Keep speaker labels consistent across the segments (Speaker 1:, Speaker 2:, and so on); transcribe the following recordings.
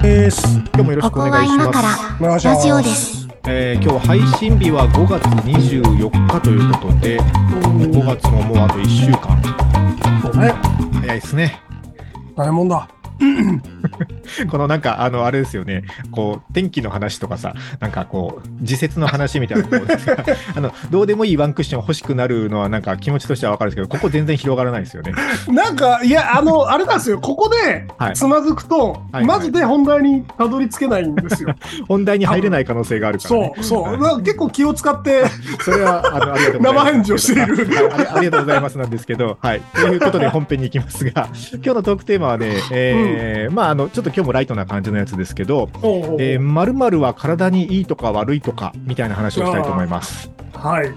Speaker 1: です。今日もよろし
Speaker 2: こ
Speaker 1: く
Speaker 2: こ
Speaker 1: お
Speaker 2: は
Speaker 1: 願いし
Speaker 2: 今
Speaker 1: ま
Speaker 2: から
Speaker 1: す。
Speaker 3: お願いしま
Speaker 2: ラ
Speaker 3: す
Speaker 2: ジオです。
Speaker 1: えー今日配信日は5月24日ということで、5月ももうあと1週間。
Speaker 3: そうね。
Speaker 1: 早いですね。
Speaker 3: 大変もんだ。
Speaker 1: このなんか、あの、あれですよね。こう、天気の話とかさ、なんかこう、時節の話みたいなのも あの、どうでもいいワンクッション欲しくなるのはなんか気持ちとしてはわかるんですけど、ここ全然広がらないですよね。
Speaker 3: なんか、いや、あの、あれなんですよ。ここで
Speaker 1: はい
Speaker 3: つまずくと、
Speaker 1: はい
Speaker 3: マジで本題にたどり着けないんですよ。
Speaker 1: 本題に入れない可能性があるから、ね
Speaker 3: そ。う、 そう。なんか結構気を使 って、
Speaker 1: それは、あの、ありがとうございます。
Speaker 3: 生返事をしている
Speaker 1: はいあり。ありがとうございますなんですけど、はい。ということで本編に行きますが、今日のトークテーマはね、えーまあ、あの、ちょっと今日もライトな感じのやつですけど、
Speaker 3: おうおう
Speaker 1: えー、〇〇は体にいいとか悪いとか、みたいな話をしたいと思います。
Speaker 3: はい。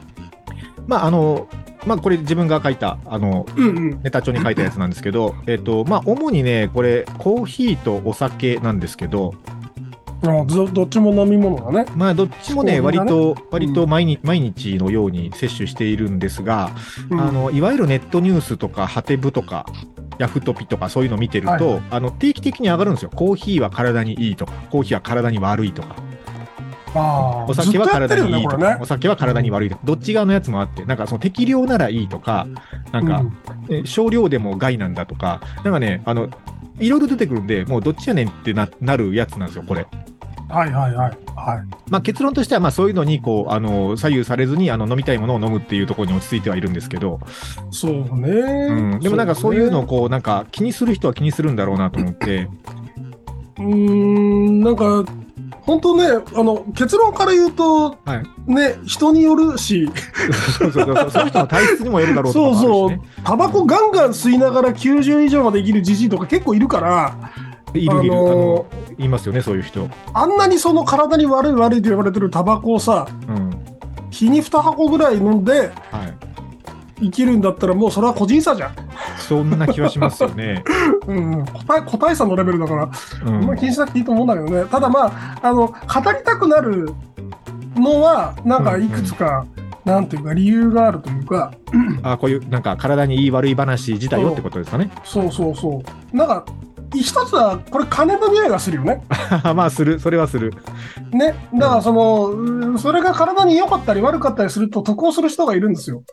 Speaker 1: まあ、あの、まあ、これ自分が書いた、あの、
Speaker 3: うんうん。
Speaker 1: ネタ帳に書いたやつなんですけど、えっと、まあ、主にね、これ、コーヒーとお酒なんですけど、
Speaker 3: あどどっちも飲み物だね。
Speaker 1: まあ、どっちもね、
Speaker 3: そうだね
Speaker 1: 割と、割と毎日、毎日のように摂取しているんですが、
Speaker 3: うん
Speaker 1: あのいわゆるネットニュースとか、ハテブとか、ヤフトピとか、そういうの見てると、
Speaker 3: はい
Speaker 1: あの定期的に上がるんですよ、コーヒーは体にいいとか、コーヒーは体に悪いとか、
Speaker 3: あー
Speaker 1: お酒は
Speaker 3: ずっとやって
Speaker 1: 体
Speaker 3: るよ
Speaker 1: にいい
Speaker 3: ね、
Speaker 1: と
Speaker 3: こ
Speaker 1: か、
Speaker 3: れね
Speaker 1: お。酒は体に悪いとか、どっち側のやつもあって、なんかその適量ならいいとか、なんか、え少量でも害なんだとか、なんかね、あのいろいろ出てくるんで、もうどっちやねんってななるやつなんですよ、これ。
Speaker 3: うんはいはいはい。はい。
Speaker 1: まあ、結論としては、まあ、そういうのにこうあの左右されずにあの飲みたいものを飲むっていうところに落ち着いてはいるんですけど、
Speaker 3: そうね、
Speaker 1: うん、でもなんかそういうのを
Speaker 3: ね
Speaker 1: こうなんか気にする人は気にするんだろうなと思って、
Speaker 3: うーんなんか本当ねあの結論から言うと、
Speaker 1: は
Speaker 3: ね人によるし
Speaker 1: そうそうそうそうその人の体質にもよるだろうとか
Speaker 3: そう
Speaker 1: もあるし、ね、
Speaker 3: そうタバコガンガン吸いながら90以上まで生きるじじいとか結構いるから
Speaker 1: いるいる、
Speaker 3: あ
Speaker 1: あ
Speaker 3: の
Speaker 1: のいますよねそういう人、
Speaker 3: あんなにその体に悪い悪いと言われてるタバコをさ
Speaker 1: うん
Speaker 3: 日に2箱ぐらい飲んで
Speaker 1: はい、
Speaker 3: 生きるんだったらもうそれは個人差じゃん、
Speaker 1: そんな気はしますよ ね、
Speaker 3: うんうん、個体個体差のレベルだから、
Speaker 1: う
Speaker 3: あ
Speaker 1: ん
Speaker 3: んま気にしなくていいと思うんだけどねただまああの語りたくなるのはなんかいくつか、なんていうか理由があるというか、
Speaker 1: あこういうなんか体にいい悪い話自体よってことで すかね
Speaker 3: そうそうそう。なんか、一つは、これ、金の匂いがするよね。
Speaker 1: まあするそれはする
Speaker 3: ね。だから、その、うんそれが体に良かったり悪かったりすると、得をする人がいるんですよ。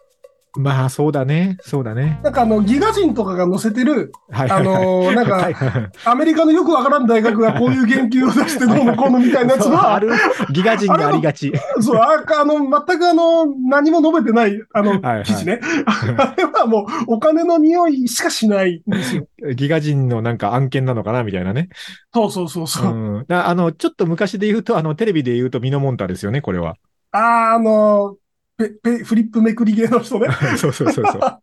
Speaker 1: まあそうだねそうだね
Speaker 3: なんか、あの、ギガ人とかが載せてる、
Speaker 1: はい
Speaker 3: あ
Speaker 1: はいはい
Speaker 3: の、なん
Speaker 1: は
Speaker 3: か
Speaker 1: い、はい
Speaker 3: アメリカのよくわからん大学がこういう言及を出してどうのこうのみたいなやつ
Speaker 1: そうあ
Speaker 3: は、
Speaker 1: るギガ人にありがち
Speaker 3: そう、ああの、全くあの、何も述べてない、あの
Speaker 1: はいはい、
Speaker 3: 記事ね。あれはもう、お金の匂いしかしないん ですよ。
Speaker 1: ギガ人のなんか案件なのかなみたいなね
Speaker 3: そうそうそうそう。
Speaker 1: うん、だあのちょっと昔で言うと、あのテレビで言うと、ミノモンタですよね、これは。
Speaker 3: あー、あの、ペ、ペ、フリップめくり系の人ね。
Speaker 1: そうそうそうそう。
Speaker 3: は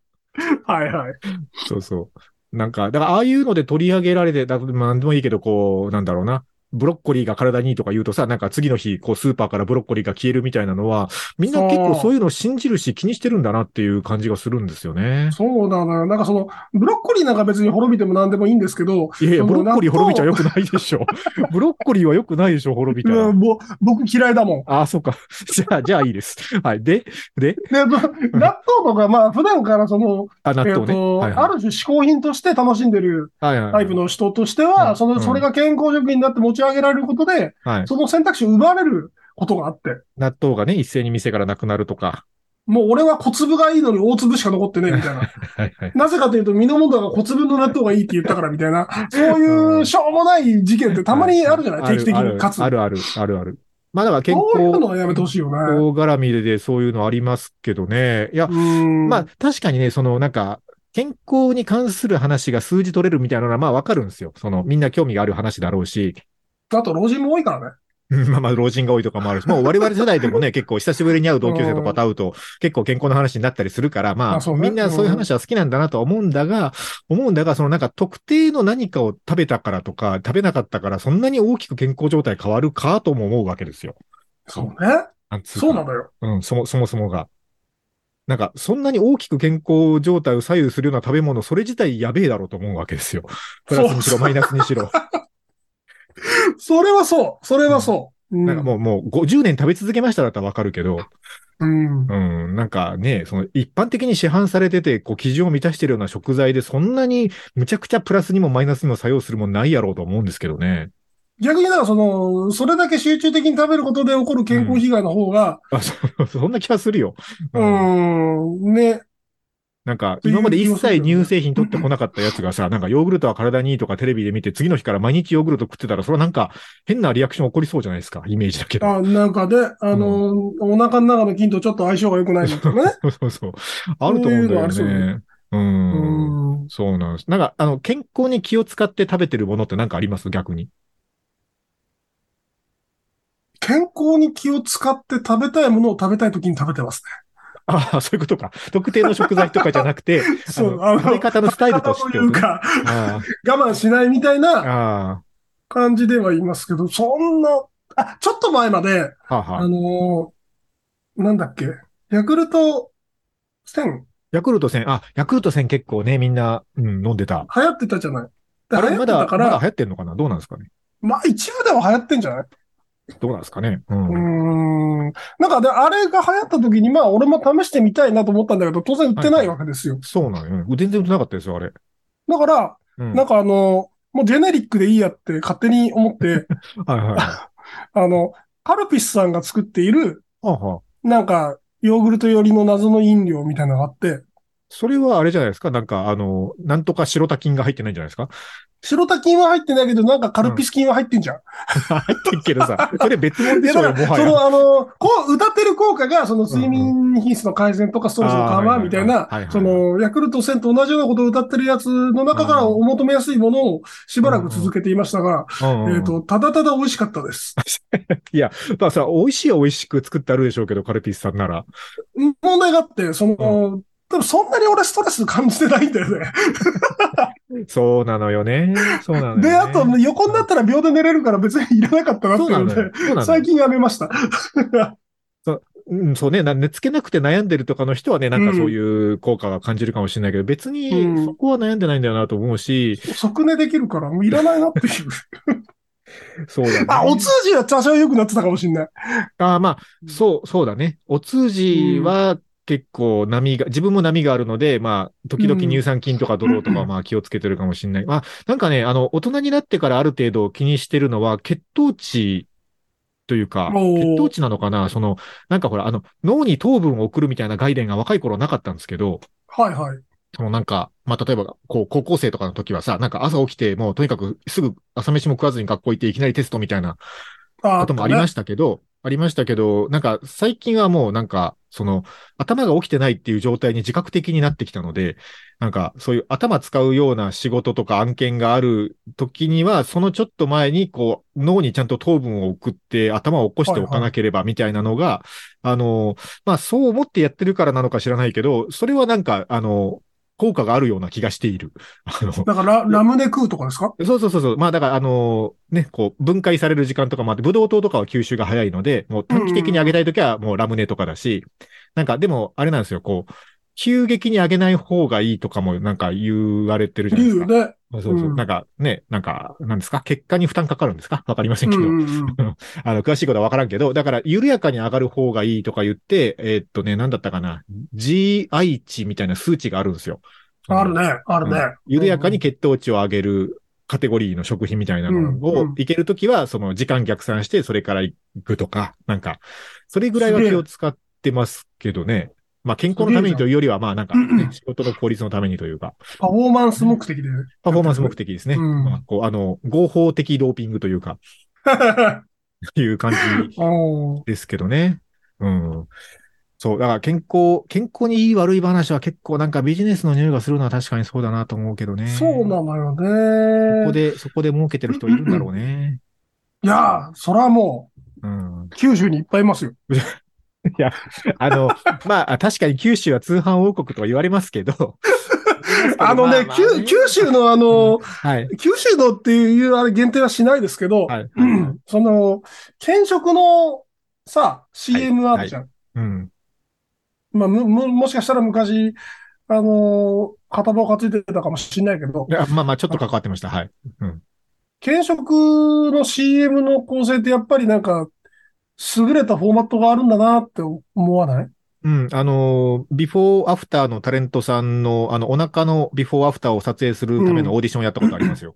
Speaker 3: いはい。
Speaker 1: そうそう。なんか、だから、ああいうので取り上げられて、だまあなんでもいいけど、こう、なんだろうな。ブロッコリーが体にいいとか言うとさ、なんか次の日、こう、スーパーからブロッコリーが消えるみたいなのは、みんな結構
Speaker 3: そう
Speaker 1: そういうのを信じるし、気にしてるんだなっていう感じがするんですよね。
Speaker 3: そうなのよ。なんかその、ブロッコリーなんか別に滅びても何でもいいんですけど、
Speaker 1: いやいや、
Speaker 3: そ
Speaker 1: ブロ
Speaker 3: の
Speaker 1: ッコリー滅びちゃ
Speaker 3: 納
Speaker 1: よくないでし ょ。ブロッコリーはよくないでしょ、滅び
Speaker 3: う
Speaker 1: たら
Speaker 3: ん。もう僕嫌いだもん。
Speaker 1: ああ、そうか。 じゃあ、じゃあいいです。はい。で、で、
Speaker 3: で、ぶ納豆とか、まあ普段からその、
Speaker 1: あ、納
Speaker 3: えっ
Speaker 1: 豆ね。
Speaker 3: と、
Speaker 1: はい
Speaker 3: あ
Speaker 1: は
Speaker 3: る種嗜好品として楽しんでる
Speaker 1: い。はい
Speaker 3: タ
Speaker 1: は
Speaker 3: イプ
Speaker 1: い。
Speaker 3: の人として
Speaker 1: う
Speaker 3: は、
Speaker 1: ん
Speaker 3: その、それが健康食品になって持ち上げられることで、
Speaker 1: はい。
Speaker 3: その選択肢を奪われることがあって、
Speaker 1: 納豆がね、一斉に店からなくなるとか。
Speaker 3: もう俺は小粒がいいのに大粒しか残ってねえみたい な。
Speaker 1: はいはい。
Speaker 3: なぜかというと、身の元が小粒の納豆がいいって言ったからみたい な、そういうしょうもない事件ってたまにあるじゃない定期的
Speaker 1: ある
Speaker 3: に。かつ。
Speaker 1: あるある、あるある。まあだから健
Speaker 3: そういう
Speaker 1: 康
Speaker 3: のはやめてほしいよね。
Speaker 1: 絡みででそういうのありますけどね。いや、ま
Speaker 3: ま
Speaker 1: あ、確かにね、そのなんか、健康に関する話が数字取れるみたいなのはまあわかるんですよ。そのみんな興味がある話だろうし、
Speaker 3: あと老人も多いからね。
Speaker 1: うん まあまあ老人が多いとかもあ るし、もう我々世代でもね、結構久しぶりに会う同級生とかと会うと結構健康の話になったりするから、ま
Speaker 3: あ
Speaker 1: あ
Speaker 3: そうね
Speaker 1: みんなそういう話は好きなんだなとは思うんだが、思うんだが、そのなんか特定の何かを食べたからとか、食べなかったからそんなに大きく健康状態変わるかとも思うわけですよ。
Speaker 3: そうね。
Speaker 1: なんつうか
Speaker 3: そうなのよ。
Speaker 1: うん、そも、そもそもが。なんか、そんなに大きく健康状態を左右するような食べ物、それ自体やべえだろうと思うわけですよ。プラスにしろ、マイナスにしろ。
Speaker 3: それはそう。それはそう。
Speaker 1: なんかもう、もう50年食べ続けましただったらわかるけど、
Speaker 3: うん。うん
Speaker 1: うん、なんかね、その一般的に市販されてて、こう、基準を満たしてるような食材で、そんなにむちゃくちゃプラスにもマイナスにも作用するもんないやろうと思うんですけどね。
Speaker 3: 逆になんかその、それだけ集中的に食べることで起こる健康被害の方が、
Speaker 1: あそうそんな気がするよ。
Speaker 3: うーん、ね、
Speaker 1: なんか、今まで一切乳製品取ってこなかったやつがさ、なんかヨーグルトは体にいいとかテレビで見て、次の日から毎日ヨーグルト食ってたら、それはなんか変なリアクション起こりそうじゃないですか、イメージだけど。
Speaker 3: あなんかで、あの、お腹の中の菌とちょっと相性が良くないのとかね。
Speaker 1: そうそうそう。あると思うんだよ
Speaker 3: そういうのあ
Speaker 1: ね。
Speaker 3: う
Speaker 1: う。
Speaker 3: んん。
Speaker 1: そうなんです。なんか、あの、健康に気を使って食べてるものってなんかあります逆に。
Speaker 3: 健康に気を使って食べたいものを食べたい時に食べてます
Speaker 1: ああ、そういうことか。特定の食材とかじゃなくて、
Speaker 3: ね。 そう、
Speaker 1: あ
Speaker 3: あ
Speaker 1: の、食べ
Speaker 3: の、
Speaker 1: 方のスタイルとして
Speaker 3: と いうか、
Speaker 1: あ
Speaker 3: 我慢しないみたい
Speaker 1: あ、
Speaker 3: な
Speaker 1: あ
Speaker 3: 感じでは言いますけど、そんな、あ、ちょっと前まで、
Speaker 1: あ、はあは
Speaker 3: あ
Speaker 1: あ。
Speaker 3: のーなんだっけ、ヤクルト1000
Speaker 1: ヤクルト1000、あ、ヤクルト1000結構ね、みんな、うん、飲んでた。
Speaker 3: 流行ってたじゃない。で
Speaker 1: あ
Speaker 3: 流
Speaker 1: れ
Speaker 3: 行っ
Speaker 1: ま
Speaker 3: て
Speaker 1: だ、
Speaker 3: た
Speaker 1: ま
Speaker 3: か
Speaker 1: だ
Speaker 3: ら、
Speaker 1: 流行ってんのかなどうなんですかね
Speaker 3: まあ一部では流行ってんじゃない
Speaker 1: どうなんですかね
Speaker 3: う
Speaker 1: う。
Speaker 3: んーん。なんかで、あれが流行った時に、まあ俺も試してみたいなと思ったんだけど、当然売ってないわけですよ。
Speaker 1: そうなのよ。全然売ってなかったですよ、あれ。
Speaker 3: だから、
Speaker 1: うん。
Speaker 3: な
Speaker 1: は
Speaker 3: んかあのーもうジェネリックでいいやって勝手に思 って、
Speaker 1: いはいはい。は
Speaker 3: あの、カルピスさんが作っている、
Speaker 1: あはあ。
Speaker 3: なんか、ヨーグルト寄りの謎の飲料みたいなのがあって、
Speaker 1: それはあれじゃないですかなんか、あの、なんとか白多菌が入ってないんじゃないですか
Speaker 3: 白タ菌は入ってないけど、なんかカルピス菌は入ってんじゃん。
Speaker 1: 入ってっけどさ、それ別物
Speaker 3: い
Speaker 1: で
Speaker 3: や、
Speaker 1: しょ
Speaker 3: だ
Speaker 1: うよ、
Speaker 3: から、
Speaker 1: も
Speaker 3: そ
Speaker 1: はや。
Speaker 3: の、あの、こう、歌ってる効果が、その、睡眠品質の改善とか、ストレスの緩
Speaker 1: あ
Speaker 3: 和
Speaker 1: ー
Speaker 3: みたい
Speaker 1: はいはいはい
Speaker 3: な、その、ヤクルト1000と同じようなことを歌ってるやつの中から
Speaker 1: うん
Speaker 3: お求めやすいものをしばらく続けていましたが、
Speaker 1: うんうんうん
Speaker 3: えっと、ただただ美味しかったです。
Speaker 1: まあさ、美味しいは美味しく作ってあるでしょうけど、カルピスさんなら。
Speaker 3: 問題があって、その、多分そんなに俺ストレス感じてないんだよね。
Speaker 1: そうなのよね。そうなのよ、ね。
Speaker 3: で、あと、横になったら秒で寝れるから別にいらなかったなって
Speaker 1: そう
Speaker 3: いうの
Speaker 1: なのよ
Speaker 3: で、。
Speaker 1: そうなの
Speaker 3: 最
Speaker 1: よ。
Speaker 3: 近やめました。
Speaker 1: うん、そうね。な寝つけなくて悩んでるとかの人はね、なんかそういう効果が感じるかもしれないけど、別
Speaker 3: う
Speaker 1: に
Speaker 3: ん
Speaker 1: そこは悩んでないんだよなと思うし、
Speaker 3: 即寝できるから、もういらないな っていう。
Speaker 1: そうだね。
Speaker 3: あ、お通じは多少良くなってたかもしんない。
Speaker 1: あまあ、そう、そうだね。お通じは結構波が、自分も波があるので、まあ、時々
Speaker 3: うん
Speaker 1: 乳酸菌とかドローとかはまあ気をつけてるかもしれない。まあ、なんかね、あの、大人になってからある程度気にしてるのは、血糖値というか、
Speaker 3: おー
Speaker 1: 血糖値なのかなその、なんかほら、あの、脳に糖分を送るみたいな概念が若い頃なかったんですけど、
Speaker 3: はいはい。
Speaker 1: そのなんか、まあ、例えば、こう、高校生とかの時はさ、なんか朝起きて、もうとにかくすぐ朝飯も食わずに学校行っていきなりテストみたいな
Speaker 3: あ
Speaker 1: こともありましたけど、ありましたけど、なんか最近はもうなんか、その頭が起きてないっていう状態に自覚的になってきたので、なんかそういう頭使うような仕事とか案件がある時には、そのちょっと前にこう脳にちゃんと糖分を送って頭を起こしておかなければみたいなのが、あの、まあそう思ってやってるからなのか知らないけど、それはなんか、あの、効果があるような気がしている。あの、
Speaker 3: だから、ラムネ食うとかですか
Speaker 1: そうそうそうそう。まあだから、あのね、こう、分解される時間とかもあって、ブドウ糖とかは吸収が早いので、もう短期的に上げたいときはもうラムネとかだし、なんかでも、あれなんですよ、こう、急激に上げない方がいいとかもなんか言われてるじゃないです
Speaker 3: 竜
Speaker 1: か。
Speaker 3: で。
Speaker 1: そうそうそう。
Speaker 3: うん
Speaker 1: なんかね、なんか、なんですか結果に負担かかるんですかわかりません
Speaker 3: う
Speaker 1: けど。
Speaker 3: んうんうん
Speaker 1: あの、詳しいことはわからんけど、だから、緩やかに上がる方がいいとか言って、えーっとね、なんだったかな、GI 値みたいな数値があるんですよ。
Speaker 3: あるね、あるね。
Speaker 1: 緩やかに血糖値を上げるカテゴリーの食品みたいなのを、
Speaker 3: うんうん
Speaker 1: いけるときは、その時間逆算して、それから行くとか、なんか、それぐらいは気を使ってますけどね。まあ、健康のためにというよりは、まあ、なんか、ね、仕事の効率のためにというか、
Speaker 3: パフォーマンス目的で。
Speaker 1: パフォーマンス目的ですね。
Speaker 3: うん
Speaker 1: まあ、こう、あの、合法的ドーピングというか、いう感じ
Speaker 3: おー
Speaker 1: ですけどね。うん。そう、だから健康、健康にいい悪い話は結構なんかビジネスの匂いがするのは確かにそうだなと思うけどね。
Speaker 3: そうなのよ
Speaker 1: そこ
Speaker 3: ね。
Speaker 1: で、そこで儲けてる人いるんだろう ね。
Speaker 3: いやー、そらも
Speaker 1: うん
Speaker 3: う、。九州にいっぱいいますよ。
Speaker 1: あの、まあ、確かに九州は通販王国とは言われますけど。
Speaker 3: あのね、
Speaker 1: まあまあ
Speaker 3: 九九州のあの、
Speaker 1: はい。
Speaker 3: 九州のっていうあれ限定はしないですけど、
Speaker 1: はい。
Speaker 3: うんその、県食のさ、CM あるじゃん。
Speaker 1: うん。
Speaker 3: まあ、む、む、もしかしたら昔、あのー片棒担いでたかもしれないけど
Speaker 1: い、やまあまあ、ちょっと関わってました。はい。
Speaker 3: 転職の CM の構成ってやっぱりなんか、優れたフォーマットがあるんだなって思わない
Speaker 1: うん。あの、ビフォーアフターのタレントさんの、あの、お腹のビフォーアフターを撮影するためのオーディションやったことありますよ。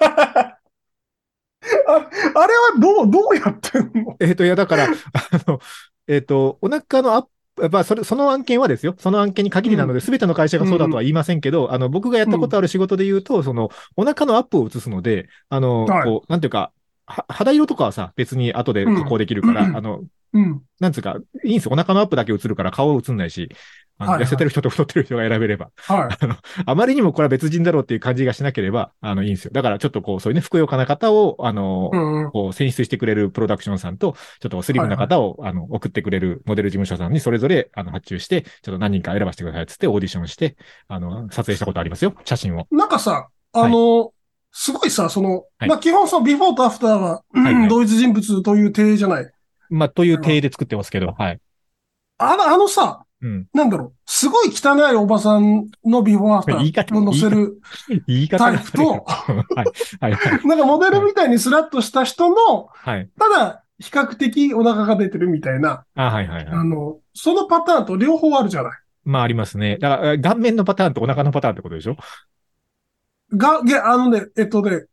Speaker 3: あれはどう、どうやってんの
Speaker 1: えっ、と、いや、だから、あの、えっ、と、お腹のアップ、やっぱそれその案件はですよ。その案件に限りなので、すべ、ての会社がそうだとは言いませんけど、あの、僕がやったことある仕事で言うと、その、お腹のアップを移すので、あの、
Speaker 3: はい
Speaker 1: こう、なんていうか、は肌色とかはさ、別に後で加工できるから、
Speaker 3: うん
Speaker 1: あの、
Speaker 3: うん。
Speaker 1: なんつうか、いいんですよ。お腹のアップだけ映るから顔は映んないし、あの
Speaker 3: はいはい
Speaker 1: 痩せてる人と太ってる人が選べれば、
Speaker 3: はい。
Speaker 1: あまりにもこれは別人だろうっていう感じがしなければ、あの、いいんですよ。だからちょっとこう、そういうね、ふくよかな方を、あの、
Speaker 3: うんうん。
Speaker 1: こう、選出してくれるプロダクションさんと、ちょっとスリムな方を、あの、送ってくれるモデル事務所さんにそれぞれ、あの、発注して、ちょっと何人か選ばせてくださいっつってオーディションして、あの、撮影したことありますよ、写真を。
Speaker 3: なんかさ、あの、すごいさ、その、
Speaker 1: はい
Speaker 3: まあ、基本そのビフォーとアフターは、
Speaker 1: いはい
Speaker 3: 同一人物という体じゃない。
Speaker 1: まあ、という体で作ってますけど、はい。
Speaker 3: あの、あのさ、
Speaker 1: うん。
Speaker 3: なんだろう、すごい汚いおばさんのビフォーアフタ
Speaker 1: 言い方
Speaker 3: ーを載せる、
Speaker 1: 言い方が悪い
Speaker 3: タイプと
Speaker 1: はい。はい。は い
Speaker 3: なんかモデルみたいにスラッとした人の、
Speaker 1: はい。
Speaker 3: ただ、比較的お腹が出てるみたいな、
Speaker 1: あ、はい、はい。はい
Speaker 3: あの、そのパターンと両方あるじゃない。
Speaker 1: まあありますね。だから、え顔面のパターンとお腹のパターンってことでしょ
Speaker 3: が、げ、あのね、えっとね、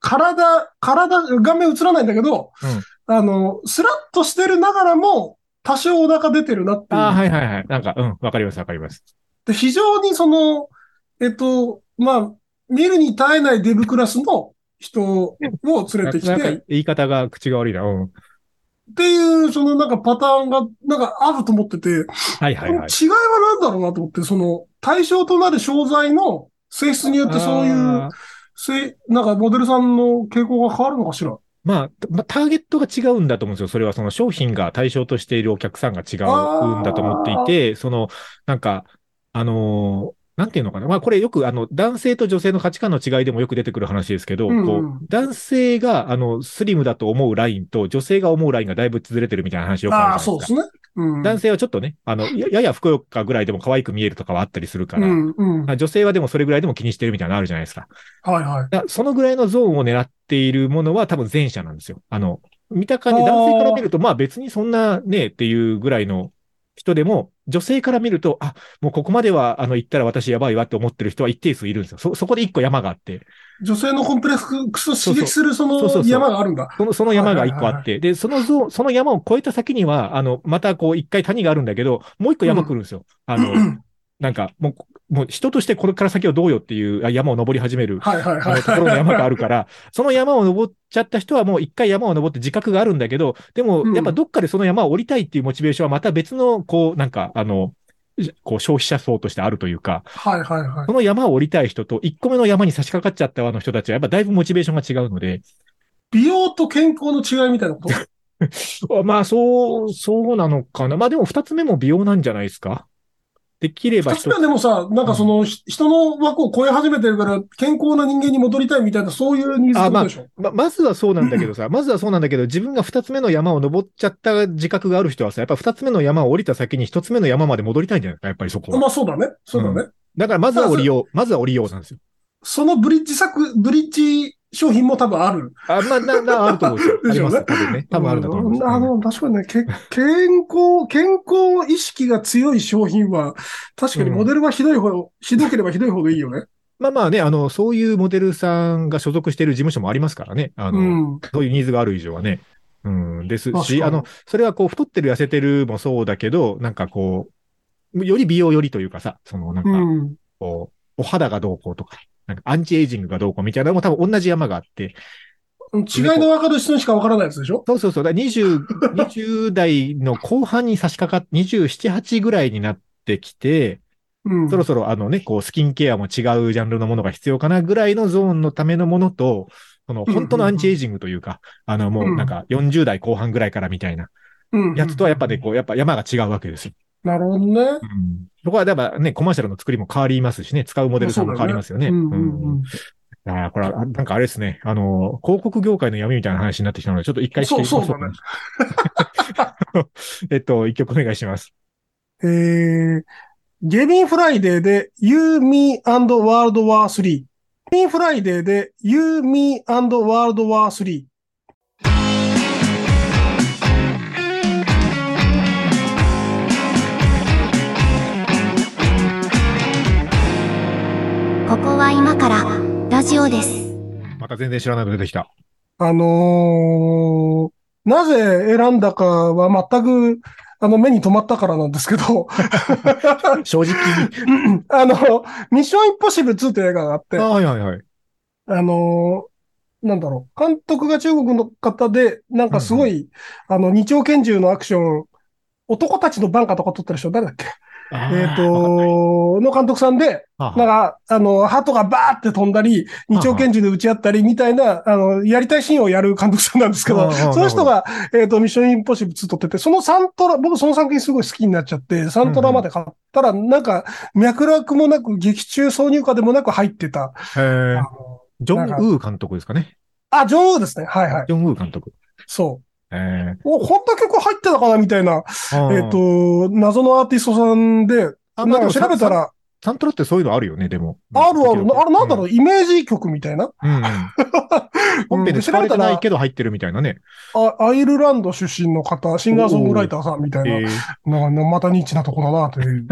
Speaker 3: 体、体、画面映らないんだけど、あの、スラッとしてるながらも、多少お腹出てるなっていう。
Speaker 1: ああ、はいはいはい。なんか、うん、わかりますわかります。
Speaker 3: で非常にその、えっと、まあ、見るに耐えないデブクラスの人を連
Speaker 1: な
Speaker 3: れ
Speaker 1: ん
Speaker 3: て
Speaker 1: か
Speaker 3: きて、っ
Speaker 1: 言い方が口が悪いな。うん。
Speaker 3: ていう、そのなんかパターンが、なんかあると思ってて、
Speaker 1: はいは
Speaker 3: この
Speaker 1: いはい。
Speaker 3: 違いは何だろうなと思って、その、対象となる商材の性質によってそういう
Speaker 1: あー、
Speaker 3: せなんかモデルさんの傾向が変わるのかしら。
Speaker 1: まあ、たまあターゲットが違うんだと思うんですよ。それはその商品が対象としているお客さんが違うんだと思っていて、その、なんか、あのーなんていうのかな。まあこれよくあの男性と女性の価値観の違いでもよく出てくる話ですけど、
Speaker 3: うん
Speaker 1: こ
Speaker 3: うん
Speaker 1: う男性があのスリムだと思うラインと女性が思うラインがだいぶずれてるみたいな話よくあ
Speaker 3: ああ、
Speaker 1: るじゃないですか。
Speaker 3: そうですね。うん。
Speaker 1: 男性はちょっとね、あの、やややふくよかぐらいでも可愛く見えるとかはあったりするか
Speaker 3: う
Speaker 1: ら、
Speaker 3: ん、うん。はい
Speaker 1: あ女性はでもそれぐらいでも気にしてるみたいなのあるじゃないですか。
Speaker 3: はい。
Speaker 1: だそのぐらいのゾーンを狙っているものは多分前者なんですよ。あの、見た感じ、
Speaker 3: あー
Speaker 1: 男性から見ると、まあ別にそんなねっていうぐらいの人でも、女性から見ると、あ、もうここまでは、あの、行ったら私やばいわって思ってる人は一定数いるんですよ。そ、そこで一個山があって、
Speaker 3: 女性のコンプレックスを
Speaker 1: そう
Speaker 3: 刺激するそ
Speaker 1: そうそう
Speaker 3: の
Speaker 1: そう
Speaker 3: 山があるんだ。
Speaker 1: その、その山が一個あって、で、そのゾーン、その山を越えた先には、あの、またこう一回谷があるんだけど、もう一個山来るんですよ。あの、なんか、もう、もう人としてこれから先をどうよっていうあ山を登り始める、
Speaker 3: はいはい
Speaker 1: あ
Speaker 3: は
Speaker 1: の
Speaker 3: い。
Speaker 1: ところの山があるから、その山を登っちゃった人はもう一回山を登って自覚があるんだけど、でも
Speaker 3: う、ん
Speaker 1: やっぱどっかでその山を降りたいっていうモチベーションはまた別の、こう、なんか、あの、こう消費者層としてあるというか、
Speaker 3: はいはいはい
Speaker 1: そ。の山を降りたい人と一個目の山に差し掛かっちゃったわの人たちはやっぱだいぶモチベーションが違うので、
Speaker 3: 美容と健康の違いみたい なこと。
Speaker 1: あまあ、そう、そうなのかな。まあでも二つ目も美容なんじゃないですか。できれば
Speaker 3: 二
Speaker 1: 一
Speaker 3: つ目はでもさ、なんかその、ひ人の枠を超え始めてるから、健康な人間に戻りたいみたいな、そういうニーズってことでしょ。
Speaker 1: ま、まずはそうなんだけどさ、まずはそうなんだけど、自分が二つ目の山を登っちゃった自覚がある人はさ、やっぱ二つ目の山を降りた先に一つ目の山まで戻りたいんじゃないですか、やっぱりそこ
Speaker 3: まあ、
Speaker 1: は。
Speaker 3: そうだね。そうだね。
Speaker 1: だからまずは降りよう。まずは降りようなんですよ。
Speaker 3: そのブリッジ作、ブリッジ商品も多分ある。
Speaker 1: あ、まあ、な、な、あると思うんですよ。あ
Speaker 3: で
Speaker 1: り
Speaker 3: しょ
Speaker 1: ま
Speaker 3: う
Speaker 1: す
Speaker 3: ね
Speaker 1: よ。多分ね。多分あるんだと思います。
Speaker 3: うんあの、確かにね、け 健康、健康意識が強い商品は、確かにモデルがひどいほど、ひどければひどいほどいいよね。
Speaker 1: まあまあね、あの、そういうモデルさんが所属している事務所もありますからね。あの、
Speaker 3: うん。
Speaker 1: そういうニーズがある以上はね。うん、です
Speaker 3: 確か
Speaker 1: し、
Speaker 3: に
Speaker 1: あの、それはこう、太ってる痩せてるもそうだけど、なんかこう、より美容よりというかさ、そのなんか、
Speaker 3: うん。
Speaker 1: こう、お肌がどうこうとか、なんかアンチエイジングがどうこうみたいなのも多分同じ山があって、
Speaker 3: 違いの分かる人にしか分からないやつでしょ
Speaker 1: そうそうそう、だから20、20代の後半に差し掛かって、27、8ぐらいになってきて、
Speaker 3: うん。
Speaker 1: そろそろあのね、こう、スキンケアも違うジャンルのものが必要かなぐらいのゾーンのためのものと、そ
Speaker 3: う
Speaker 1: の、
Speaker 3: んうん
Speaker 1: 本当のアンチエイジングというか、あの、もうなんか40代後半ぐらいからみたいな
Speaker 3: うん
Speaker 1: やつとはやっぱね、こう、やっぱ山が違うわけですよ。
Speaker 3: なるほどね。
Speaker 1: うん。そこはやっぱね、コマーシャルの作りも変わりますしね、使うモデルさんも変わりますよね。
Speaker 3: うんう
Speaker 1: うん
Speaker 3: ん
Speaker 1: ああ、これは、あなんかあれですね。あの、広告業界の闇みたいな話になってきたので、ちょっと一回して
Speaker 3: そうそう
Speaker 1: そうかな えっと、一曲お願いします。
Speaker 3: うん。えー、ゲビンフライデーで You, Me and World War 3。ゲビンフライデーで You, Me and World War 3。
Speaker 2: ここは今からラジオです。
Speaker 1: また全然知らないの出てきた。
Speaker 3: あのーなぜ選んだかは全く、あの、目に留まったからなんですけど、
Speaker 1: 正直
Speaker 3: あの、ミッションインポッシブル2という映画があって、
Speaker 1: に。
Speaker 3: あ
Speaker 1: はいはいはい。
Speaker 3: のーなんだろう、監督が中国の方で、なんかすごい、あの、二丁拳銃のアクション、男たちのバンカーとか撮ってる人、誰だっけ
Speaker 1: あー
Speaker 3: えっ、と、の監督さんで、
Speaker 1: わか
Speaker 3: な
Speaker 1: んなんい
Speaker 3: か、あの、ハトがバーって飛んだり、二丁拳銃で撃ち合ったりみたいな、あの、やりたいシーンをやる監督さんなんですけ
Speaker 1: あ
Speaker 3: ど、
Speaker 1: あ
Speaker 3: その人が、えっと、ミッションインポッシブル2撮ってて、そのサントラ、僕その作品すごい好きになっちゃって、サントラまで買ったら、なんか、脈絡もなく、劇中挿入歌でもなく入ってた。
Speaker 1: へー
Speaker 3: あの
Speaker 1: ジョ
Speaker 3: なんか
Speaker 1: ン・ウー監督ですかね。
Speaker 3: あ、ジョンウーですね。はいはい。
Speaker 1: ジョン・ウー監督。
Speaker 3: そう。
Speaker 1: えー
Speaker 3: お、こんな曲入ってたかなみたいな、
Speaker 1: あー
Speaker 3: えっと、謎のアーティストさんで、
Speaker 1: あ
Speaker 3: なんか
Speaker 1: でも
Speaker 3: 調べた
Speaker 1: サン
Speaker 3: ら、
Speaker 1: サントラってそういうのあるよね、でも。
Speaker 3: あるある、あれなんだろ
Speaker 1: う
Speaker 3: う、イメージ曲みたいな。
Speaker 1: うんうん 本編で使われてないけど入ってるみたいなね。
Speaker 3: あアイルランド出身の方、シンガーソングライターさんみたいな、
Speaker 1: えー
Speaker 3: なんかまたニッチなとこだなと いう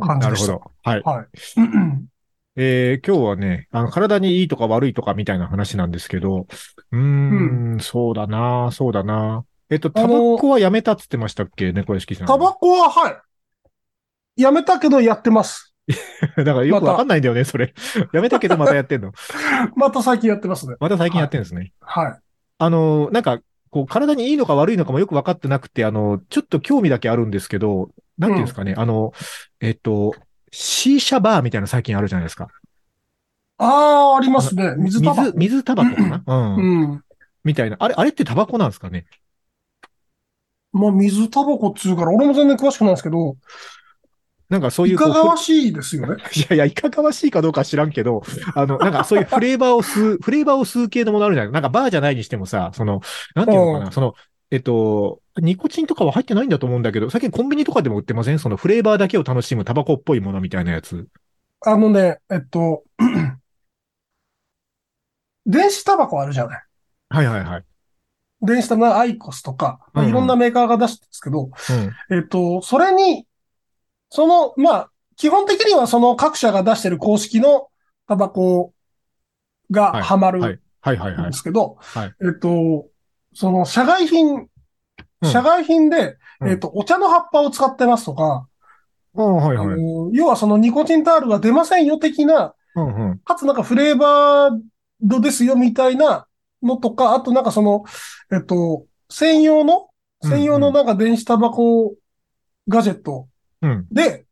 Speaker 3: 感じ
Speaker 1: な
Speaker 3: で
Speaker 1: る
Speaker 3: し
Speaker 1: ほ
Speaker 3: た。
Speaker 1: ど。はい。
Speaker 3: うんうん
Speaker 1: えー、今日はね、あの、体にいいとか悪いとかみたいな話なんですけど、うーん、そうだな、そうだな。えっと、
Speaker 3: あ
Speaker 1: タ
Speaker 3: の
Speaker 1: バコはやめたっつってましたっけ、猫屋敷さん。
Speaker 3: タバコは、はい。やめたけどやってます。
Speaker 1: だからよくわかんないんだよね、それ。 やめたけどまたやってんの。
Speaker 3: また最近やってますね。
Speaker 1: また最近やってんですね。
Speaker 3: はい。
Speaker 1: あの、なんか、こう、体にいいのか悪いのかもよく分かってなくて、あの、ちょっと興味だけあるんですけど、なんていうんですかね、あの、えっと、シーシャバーみたいなの最近あるじゃないですか。
Speaker 3: ああ、ありますね。水タバコ
Speaker 1: 水、。水タバコかなうん。
Speaker 3: うん。
Speaker 1: みたいな。あれ、あれってタバコなんですかね
Speaker 3: まあ、水タバコっつうから、俺も全然詳しくないんですけど、
Speaker 1: なんかそうい
Speaker 3: いう
Speaker 1: こ
Speaker 3: か
Speaker 1: う。
Speaker 3: がわしいですよね。
Speaker 1: いやいや、いかがわしいかどうかは知らんけど、あの、なんかそういうフレーバーを 吸う、フレーバーを吸う系のものあるじゃないなんかバーじゃないにしてもさ、その、なんていうのか
Speaker 3: う
Speaker 1: な、その、えっと、ニコチンとかは入ってないんだと思うんだけど、最近コンビニとかでも売ってませんそのフレーバーだけを楽しむタバコっぽいものみたいなやつ。
Speaker 3: あのね、えっと、 電子タバコあるじゃない。
Speaker 1: はいはいはい。
Speaker 3: 電子タバコ、アイコスとか、まあ
Speaker 1: うん
Speaker 3: い
Speaker 1: うん
Speaker 3: ろんなメーカーが出してるんですけど、
Speaker 1: うん。
Speaker 3: えっと、それに、その、まあ、基本的にはその各社が出してる公式のタバコ
Speaker 1: は
Speaker 3: が
Speaker 1: い
Speaker 3: ハマる
Speaker 1: はい
Speaker 3: ん
Speaker 1: はいはいはい
Speaker 3: で。すけど、
Speaker 1: はい
Speaker 3: えっと、その社外品、
Speaker 1: うん
Speaker 3: 社外品で、
Speaker 1: うん
Speaker 3: えっと、お茶の葉っぱを使ってますとか、
Speaker 1: あはい
Speaker 3: あ
Speaker 1: はい。
Speaker 3: の要はそのニコチンタールが出ませんよ的な、
Speaker 1: うんうん。
Speaker 3: かつなんかフレーバードですよみたいなのとか、あとなんかその、えっと、専用の、専用のなんか電子タバコガジェット、
Speaker 1: うん。
Speaker 3: で、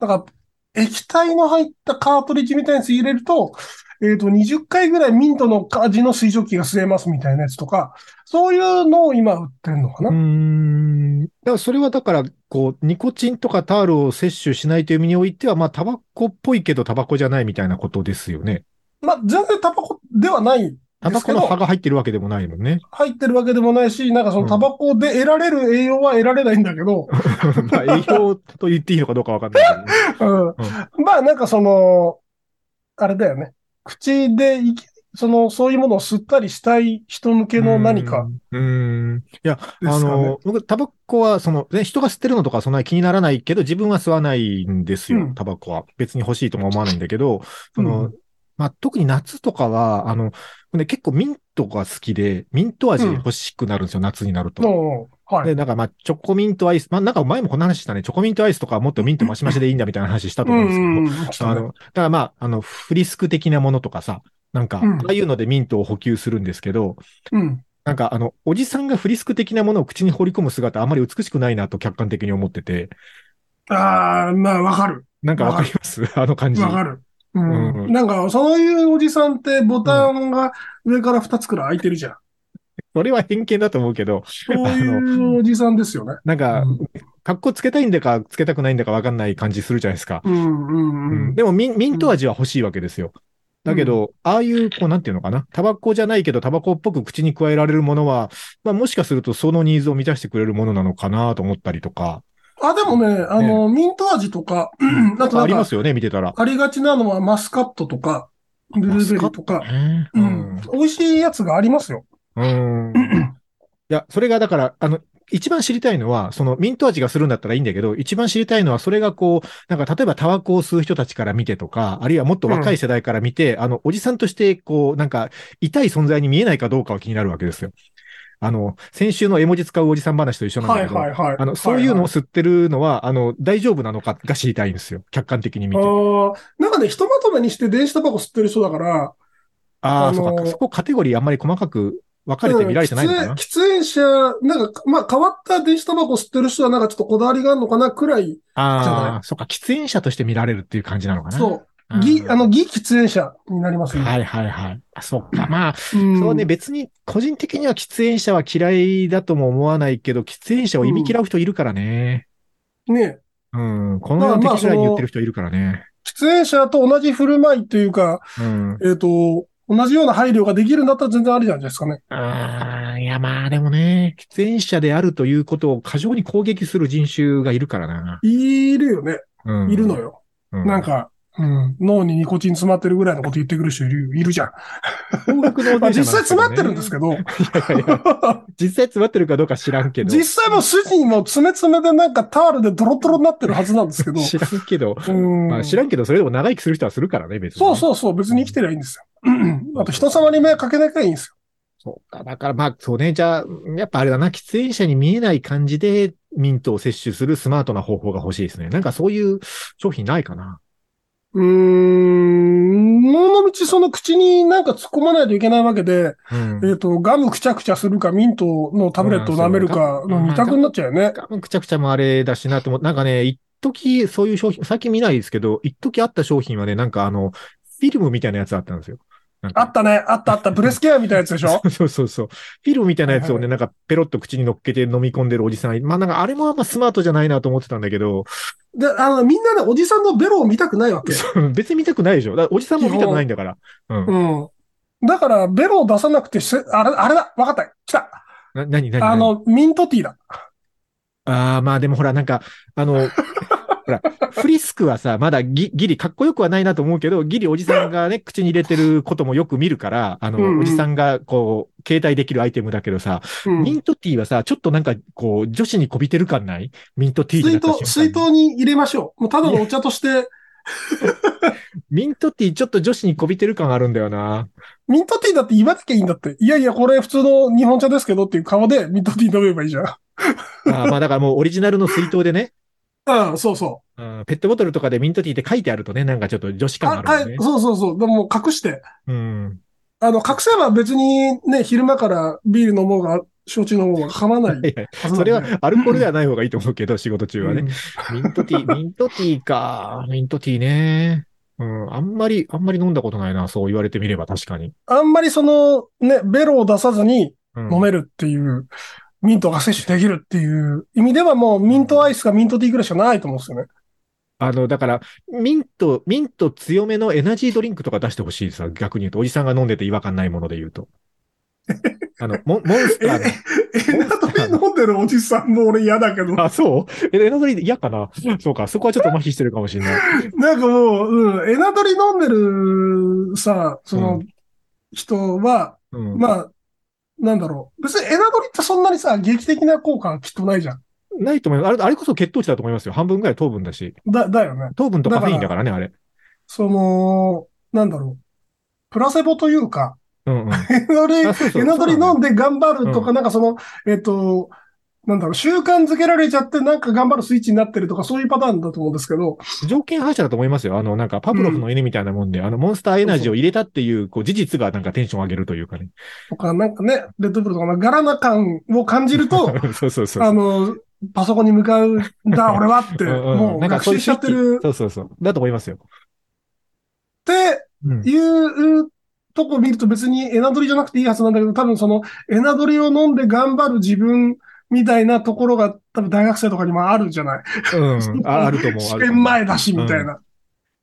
Speaker 3: なんか、液体の入ったカートリッジみたいなやつ入れると、えっ、と、20回ぐらいミントの味の水蒸気が吸えますみたいなやつとか、そういうのを今売ってるのかな、
Speaker 1: うーん。だからそれはだから、こう、ニコチンとかタールを摂取しないという意味においては、まあ、タバコっぽいけどタバコじゃないみたいなことですよね。
Speaker 3: まあ、全然タバコではないん
Speaker 1: タ
Speaker 3: で
Speaker 1: バ
Speaker 3: すけ
Speaker 1: コの
Speaker 3: ど
Speaker 1: 葉、が入ってるわけでもないもんね。
Speaker 3: 入ってるわけでもないし、なんかそのタバコで得られる栄養は得られないんだけど、
Speaker 1: まあ、栄養と言っていいのかどうかわかんないけどね。
Speaker 3: うん、まあ、なんかその、あれだよね。口でいき、その、そういうものを吸ったりしたい人向けの何か
Speaker 1: うーん。うーんいや、
Speaker 3: です
Speaker 1: あ
Speaker 3: かね。
Speaker 1: の、僕、タバコは、その、ね、人が吸ってるのとかそんなに気にならないけど、自分は吸わないんです
Speaker 3: う
Speaker 1: よ
Speaker 3: ん、
Speaker 1: タバコは。別に欲しいとも思わないんだけど、そ
Speaker 3: う
Speaker 1: の、
Speaker 3: ん
Speaker 1: まあ、特に夏とかは、あの、ね、結構ミントが好きで、ミント味
Speaker 3: うん
Speaker 1: 欲しくなるんですよ、夏になると。
Speaker 3: うんはい。
Speaker 1: で、なんかまあ、チョコミントアイス、まあ、なんか前もこの話したね、チョコミントアイスとかはもっとミントマシマシでいいんだみたいな話したと思うんですけ
Speaker 3: う
Speaker 1: ど、
Speaker 3: んうんうん
Speaker 1: あの、だからまあ、あの、フリスク的なものとかさ、なんか、
Speaker 3: うん
Speaker 1: ああいうのでミントを補給するんですけど、
Speaker 3: うん。
Speaker 1: なんかあの、おじさんがフリスク的なものを口に放り込む姿、あまり美しくないなと客観的に思ってて、
Speaker 3: ああ、まあ、わかる。
Speaker 1: なんかわかりますあの感じ。
Speaker 3: わかる。う。
Speaker 1: うんん
Speaker 3: なんか、そういうおじさんってボタンが上から2つくらい開いてるじゃん。
Speaker 1: それは偏見だと思うけど、
Speaker 3: そういうおじさんですよね。
Speaker 1: なんか
Speaker 3: う、ん
Speaker 1: 格好つけたいんだか、つけたくないんだかわかんない感じするじゃないですか。
Speaker 3: うんうんうん。
Speaker 1: でもミン、ミント味は欲しいわけですよ。だけど、ああいう、こう、なんていうのかな。タバコじゃないけど、タバコっぽく口に加えられるものは、まあ、もしかするとそのニーズを満たしてくれるものなのかなと思ったりとか、
Speaker 3: あ、でもね、あの、ミント味とか、あと
Speaker 1: あり
Speaker 3: なん
Speaker 1: ま
Speaker 3: か、
Speaker 1: すよね、見てたら。
Speaker 3: ありがちなのはマスカットとか、ブルーベリーとか、
Speaker 1: ね
Speaker 3: うん。美味しいやつがありますよ。
Speaker 1: うん。や、それがだから、あの、一番知りたいのは、そのミント味がするんだったらいいんだけど、一番知りたいのは、それがこう、なんか例えばタバコを吸う人たちから見てとか、あるいはもっと若い世代から見て、あの、おじさんとして、こう、なんか、痛い存在に見えないかどうかは気になるわけですよ。あの、先週の絵文字使うおじさん話と一緒なん
Speaker 3: は
Speaker 1: だ
Speaker 3: い
Speaker 1: けど、
Speaker 3: はいはい。
Speaker 1: あの、そういうの
Speaker 3: は
Speaker 1: を吸ってるのは、あの、大丈夫なのかが知りたいんですよ。客観的に見
Speaker 3: いは
Speaker 1: て。
Speaker 3: いあーなんかね、ひとまとめにして電子タバコ吸ってる人だから、
Speaker 1: あ
Speaker 3: あ
Speaker 1: あ、
Speaker 3: の
Speaker 1: そうか。そこカテゴリーあんまり細かく分かれて見られてないのか
Speaker 3: う。
Speaker 1: なん
Speaker 3: 喫煙喫煙者、なんか、まあ、変わった電子タバコ吸ってる人はなんかちょっとこだわりがあるのかなくらい、じゃ
Speaker 1: あ
Speaker 3: な
Speaker 1: あ、そうか。喫煙者として見られるっていう感じなのかな。
Speaker 3: そう、
Speaker 1: ん
Speaker 3: ぎ、あの、ぎ喫煙者になりますね。
Speaker 1: はいはいはい。あ、そっか。まあ、
Speaker 3: うん
Speaker 1: そうね、別に個人的には喫煙者は嫌いだとも思わないけど、喫煙者を忌み嫌う人いるからね。
Speaker 3: ね
Speaker 1: うん。この世の敵ぐらいに言ってる人いるからね。
Speaker 3: 喫煙者と同じ振る舞いというか、
Speaker 1: うん。
Speaker 3: えっ、と、同じような配慮ができるんだったら全然ありじゃないですかね。
Speaker 1: ああ、いやまあでもね、喫煙者であるということを過剰に攻撃する人種がいるからな。
Speaker 3: いるよね。
Speaker 1: うん。
Speaker 3: いるのよ。
Speaker 1: う。
Speaker 3: なんか、うん、脳にニコチン詰まってるぐらいのこと言ってくる人いるいるじゃん。
Speaker 1: 高額納税者
Speaker 3: ま
Speaker 1: な
Speaker 3: あ
Speaker 1: んですけどね
Speaker 3: 実際詰まってるんですけど、
Speaker 1: いやいや実際詰まってるかどうか知らんけど。
Speaker 3: 実際もう筋にも爪爪でなんかタオルでドロドロになってるはずなんですけど、
Speaker 1: 知らんけど。
Speaker 3: うん
Speaker 1: まあ知らんけど、それでも長生きする人はするからね、別に。
Speaker 3: そうそうそう、別に生きてりゃいいんですよ。 あと人様に迷惑かけなきゃいいんです
Speaker 1: そうか。だからまあ、そうね。じゃあ、やっぱあれだな、喫煙者に見えない感じで、ミントを摂取するスマートな方法が欲しいですね。なんかそういう商品ないかな。
Speaker 3: よ。うーん、脳の道その口になんか突っ込まないといけないわけで、
Speaker 1: うん
Speaker 3: えっ、と、ガムくちゃくちゃするか、ミントのタブレットを舐めるかの二択になっちゃうよね。
Speaker 1: ガムくちゃくちゃもあれだしなと思って、なんかね、一時そういう商品、最近見ないですけど、一時あった商品はね、なんかあの、フィルムみたいなやつあったんですよ。なん
Speaker 3: あ
Speaker 1: か
Speaker 3: ったね、あったあった、ブレスケアみたいなやつでしょ
Speaker 1: そうそうそう。フィルムみたいなやつを
Speaker 3: はい
Speaker 1: ね、なんかペロッと口に乗っけて飲み込んでるおじさん。まあなんかあれもあんまスマートじゃないなと思ってたんだけど、
Speaker 3: で、あの、みんなね、おじさんのベロを見たくないわけ。
Speaker 1: 別に見たくないでしょ。だからおじさんも見たくないんだから。うん
Speaker 3: う。ん。だから、ベロを出さなくてせ、あれ、あれだ、わかった、来た。
Speaker 1: な、なになに
Speaker 3: あの、ミントティーだ。
Speaker 1: ああ、まあでもほら、なんか、あの、ほら、フリスクはさ、まだぎギリかっこよくはないなと思うけど、ギリおじさんが ね、口に入れてることもよく見るから、あの、
Speaker 3: うんうん
Speaker 1: おじさんがこう、携帯できるアイテムだけどさ、
Speaker 3: うん
Speaker 1: ミントティーはさ、ちょっとなんかこう、女子にこびてる感ないミントティーにな
Speaker 3: 水
Speaker 1: った瞬
Speaker 3: 筒、
Speaker 1: 間
Speaker 3: 水筒に入れましょう。もうただのお茶として、
Speaker 1: ミントティーちょっと女子にこびてる感あるんだよな。
Speaker 3: ミントティーだって言わなきゃいいんだって。いやいや、これ普通の日本茶ですけどっていう顔でミントティー飲めばいいじゃん。
Speaker 1: あーまあだからもうオリジナルの水筒でね、
Speaker 3: うん、そうそ
Speaker 1: うんペットボトルとかでミントティーって書いてあるとね、なんかちょっと女子
Speaker 3: う。
Speaker 1: 感
Speaker 3: あ、
Speaker 1: あ
Speaker 3: は
Speaker 1: る
Speaker 3: い
Speaker 1: よね、。
Speaker 3: そうそうそう。でももう隠して。
Speaker 1: うん。
Speaker 3: あの、隠せば別にね、昼間からビール飲もうが、焼酎飲もうが構わ ない
Speaker 1: いやいや
Speaker 3: はず
Speaker 1: それは
Speaker 3: なんで
Speaker 1: アルコールではない方がいいと思うけど、仕事中はね。
Speaker 3: う
Speaker 1: ミントティー、ミントティーか。ミントティーね。うん、あんまり、あんまり飲んだことないな、そう言われてみれば確かに。
Speaker 3: んあんまりその、ね、ベロを出さずに
Speaker 1: うん、
Speaker 3: 飲めるっていう、ミントが摂取できるっていう意味ではもうミントアイスかミントティーぐらいしかないと思うんですよね。
Speaker 1: あの、だから、ミント、ミント強めのエナジードリンクとか出してほしいさ、逆に言うと。おじさんが飲んでて違和感ないもので言うと。 あの、モンモンスター
Speaker 3: え、エナドリ飲んでるおじさんも俺嫌だけど
Speaker 1: の。あ、そうえエナドリー嫌かなそうか、そこはちょっと麻痺してるかもしれない。
Speaker 3: なんかもう、うん、エナドリ飲んでるさ、その
Speaker 1: う
Speaker 3: 人は、
Speaker 1: うん、
Speaker 3: まあ、なんだろう。別にエナドリってそんなにさ、劇的な効果はきっとないじゃん。
Speaker 1: ないと思います。あれ、あれこそ血糖値だと思いますよ。半分ぐらい糖分だし。
Speaker 3: だ、だよね。
Speaker 1: 糖分とカフェインだからね、あれ。
Speaker 3: その、なんだろう。プラセボというか、
Speaker 1: うんうん。
Speaker 3: エナドリ、
Speaker 1: あそうそう
Speaker 3: エナドリ飲んで頑張るとか、
Speaker 1: う
Speaker 3: なんかその、えっと、なんだろう、習慣づけられちゃってなんか頑張るスイッチになってるとか、そういうパターンだと思うんですけど、
Speaker 1: 条件反射だと思いますよ。あの、なんか、パブロフの犬みたいなもんで、あの、モンスターエナジーを入れたっていう、こう、事実がなんかテンション上げるというかね。
Speaker 3: とか、なんかね、レッドブルとかのガラナ感を感じると、
Speaker 1: そうそうそう。
Speaker 3: あの、パソコンに向かうん だ、俺はって、
Speaker 1: うんうん
Speaker 3: もう学習しちゃってる
Speaker 1: そうそうそう。だと思いますよ。
Speaker 3: って
Speaker 1: うん。
Speaker 3: いうとこ見ると別にエナドリじゃなくていいはずなんだけど、多分そのエナドリを飲んで頑張る自分みたいなところが多分大学生とかにもあるんじゃない
Speaker 1: うんああると思う。あ
Speaker 3: 試
Speaker 1: ると
Speaker 3: 験
Speaker 1: 思う。
Speaker 3: 前だし、みたいな。
Speaker 1: い